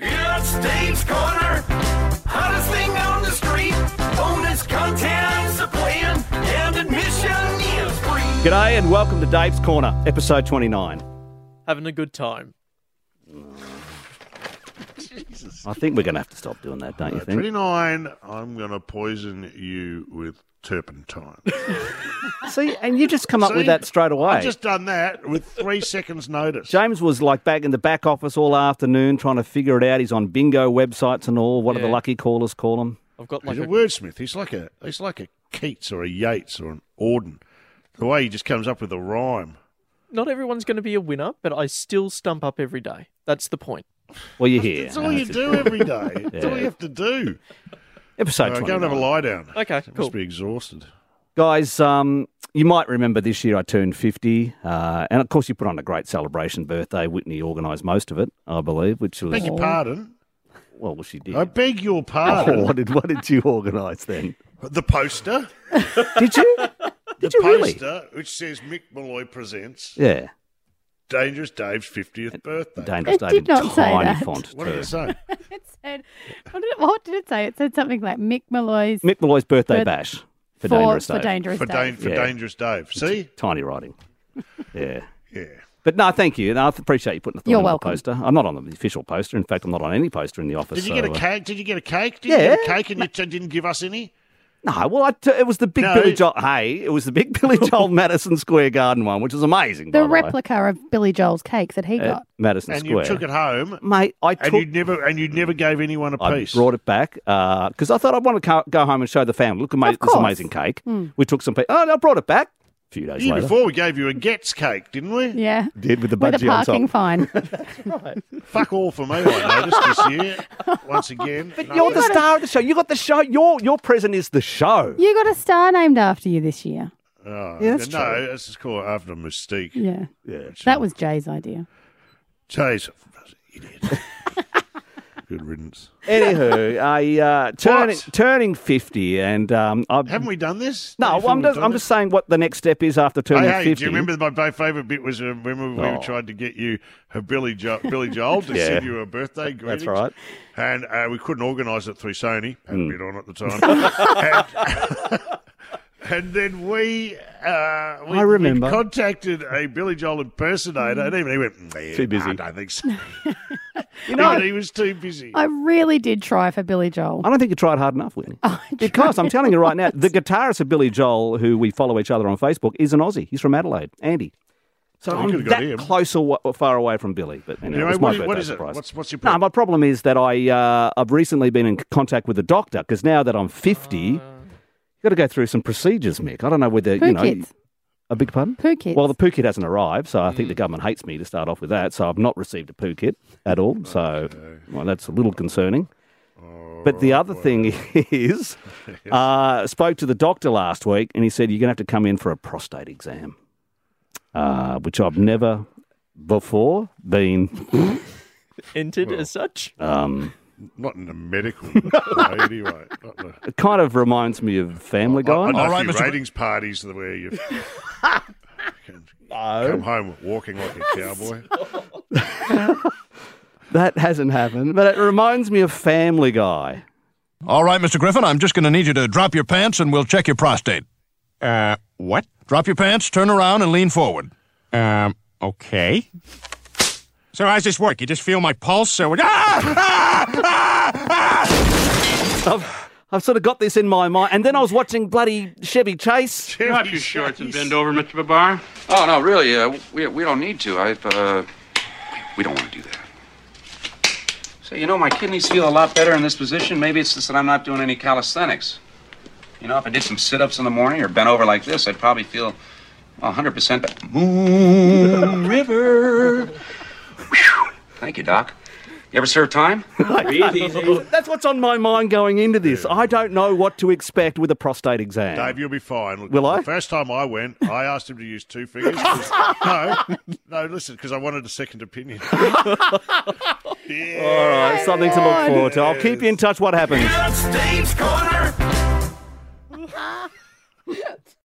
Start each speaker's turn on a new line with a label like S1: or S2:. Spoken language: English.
S1: Hot Dave's Corner. Hottest thing on the street. Bonus contents are playing, and admission is free.
S2: G'day and welcome to Dave's Corner, episode 29.
S3: having a good time.
S2: I think we're going to have to stop doing that, don't you think?
S4: 29, I'm going to poison you with turpentine.
S2: See, and you just come up with
S4: See?
S2: that straight away.
S4: I've just done that with three seconds' notice.
S2: James was like back in the back office all afternoon trying to figure it out. He's on bingo websites and all. What do the
S3: Yeah.
S2: lucky callers call them?
S3: I've got like
S4: He's a
S3: a,
S4: wordsmith. He's like a he's like a Keats or a Yeats or an Auden. The way he just comes up with a rhyme.
S3: not everyone's going to be a winner, but I still stump up every day. That's the point.
S2: Well, you're here.
S4: That's all you do every day. That's all you have to do.
S2: Episode
S4: Uh, go and have a
S2: 29.
S4: lie down.
S3: Okay,
S4: You
S3: cool.
S4: Must be exhausted.
S2: Guys, um, you might remember this year I turned 50. Uh, and of course, you put on a great celebration birthday. Whitney organised most of it, I believe, which was.
S4: Beg your pardon.
S2: Well, well, she did.
S4: I beg your
S2: Oh,
S4: pardon.
S2: what, did, what did you organise then?
S4: The poster.
S2: Did you? Did
S4: the
S2: you really?
S4: poster which says Mick Malloy presents
S2: Yeah.
S4: Dangerous Dave's 50th birthday.
S2: Dangerous
S5: It
S2: Dave
S5: did
S2: in
S5: not say
S2: tiny
S5: that.
S2: font.
S4: what did
S2: too.
S4: it say?
S5: It said, what did it, what did it say? It said something like Mick Malloy's
S2: Mick Malloy's birthday
S5: For-
S2: bash for,
S5: for,
S2: Dangerous
S5: for
S2: Dave.
S5: Dangerous
S4: for, Dan-
S5: Dave.
S4: for
S2: Yeah.
S4: Dangerous Dave. See?
S2: Tiny writing. Yeah.
S4: Yeah.
S2: But no, thank you. No, I appreciate you putting the thought
S5: You're
S2: on
S5: welcome.
S2: the poster. I'm not on the official poster. In fact, I'm not on any poster in the office.
S4: Did you get a
S2: so, uh,
S4: cake? Did you get a cake? Did
S2: Yeah.
S4: you get a cake and you t- didn't give us any?
S2: No, well, I t- it was the big
S4: No.
S2: Billy Joel. Hey, it was the big Billy Joel Madison Square Garden one, which was amazing. by
S5: The
S2: the way,
S5: replica of Billy Joel's cake that he
S2: at
S5: got.
S2: Madison
S4: And
S2: Square.
S4: you took it home
S2: mate. I
S4: and
S2: took.
S4: you never and you never gave anyone a
S2: I
S4: piece.
S2: brought it back because I thought I want to co- go home and show the family. Look, ama-
S5: Of
S2: this
S5: course. Hmm.
S2: amazing cake. We took some. Pe- oh, and I brought it back a few days
S4: the year
S2: later.
S4: before we gave you a Getz cake, didn't we?
S5: Yeah.
S2: Did with the
S5: With a
S2: budgie on
S5: parking
S2: top.
S5: fine.
S4: Fuck all for me, I noticed this year. Once again. But
S2: You're the star of the show. You got the show. Your your present is the show.
S5: you got a star named after you this year.
S2: Yeah, that's
S4: Oh, no,
S2: true.
S4: this is called after mystique.
S5: Yeah.
S2: Yeah.
S5: That was Jay's idea.
S4: Jeez, idiot. Good riddance.
S2: Anywho, I uh, turning
S4: What?
S2: turning fifty, and um, I
S4: Haven't we done this?
S2: no,
S4: Don't you
S2: well, I'm
S4: feel we've
S2: just
S4: done
S2: I'm
S4: this?
S2: just saying what the next step is after turning
S4: Hey, hey,
S2: fifty.
S4: do you remember my, my favourite bit was uh, when we, we
S2: Oh.
S4: tried to get you a Billy jo- Billy Joel to
S2: Yeah.
S4: send you a birthday
S2: That's
S4: greetings?
S2: right. Hmm.
S4: And uh, we couldn't organise it through Sony. Had a bit on at the time. and, and then we, uh, we,
S2: I remember. Hmm.
S4: we contacted a Billy Joel impersonator, and even he went, "Nah,
S2: Too busy."
S4: I don't think so.
S2: You know,
S4: No,
S2: I
S4: he was too busy.
S5: I really did try for Billy Joel.
S2: don't think you tried hard enough, Whitney.
S4: Oh,
S2: because I'm telling you right now, the guitarist of Billy Joel, who we follow each other on Facebook, is an Aussie. He's from Adelaide, Andy. So
S4: Oh, you
S2: I'm
S4: could've got
S2: that
S4: him.
S2: close aw- far away from Billy. But anyway,
S4: Anyway,
S2: it's my
S4: what, is-
S2: birthday
S4: what is it?
S2: surprise.
S4: What's, what's your
S2: No,
S4: problem?
S2: my problem is that I uh, I've recently been in contact with a doctor because now that I'm fifty, you've got to go through some procedures, Mick. I don't know whether
S5: Poo
S2: you know
S5: kids.
S2: a big pardon.
S5: Poo kids.
S2: Well, the poo kit hasn't arrived, so I think the government hates me to start off with that. So I've not received a poo kit at all. So well, that's a little concerning. But the other thing is, uh, spoke to the doctor last week, and he said you're going to have to come in for a prostate exam, uh, which I've never before been.
S3: Entered as such.
S4: Not in the medical way, anyway. Not in the,
S2: It kind of reminds me of Family Guy.
S4: Oh, I, I know
S6: All
S4: a
S6: right,
S4: few
S6: Mr. Br-
S4: ratings parties where you can come home walking like a cowboy.
S2: That hasn't happened, but it reminds me of Family Guy.
S6: All right, Mr. Griffin, I'm just going to need you to drop your pants and we'll check your prostate. Uh, what? Drop your pants, turn around, and lean forward. Um, okay. So how's this work? You just feel my pulse, so... Ah!
S2: I've sort of got this in my mind, and then I was watching bloody Chevy Chase.
S7: Drop your shorts and bend over, Mr. Babar.
S8: Oh no, really? Uh, we we don't need to. I uh, we don't want to do that. So you know, my kidneys feel a lot better in this position. Maybe it's just that I'm not doing any calisthenics. You know, if I did some sit-ups in the morning or bent over like this, I'd probably feel 100 percent better. Moon River. Whew. Thank you, Doc. You ever serve time?
S2: That's what's on my mind going into this. I don't know what to expect with a prostate exam.
S4: Dave, you'll be fine. Look,
S2: Will I?
S4: The first time I went, I asked him to use two fingers. 'cause- no, no, listen, because I wanted a second opinion. yeah.
S2: All right, something to look forward to. I'll keep you in touch what happens.
S1: Hot Dave's Corner.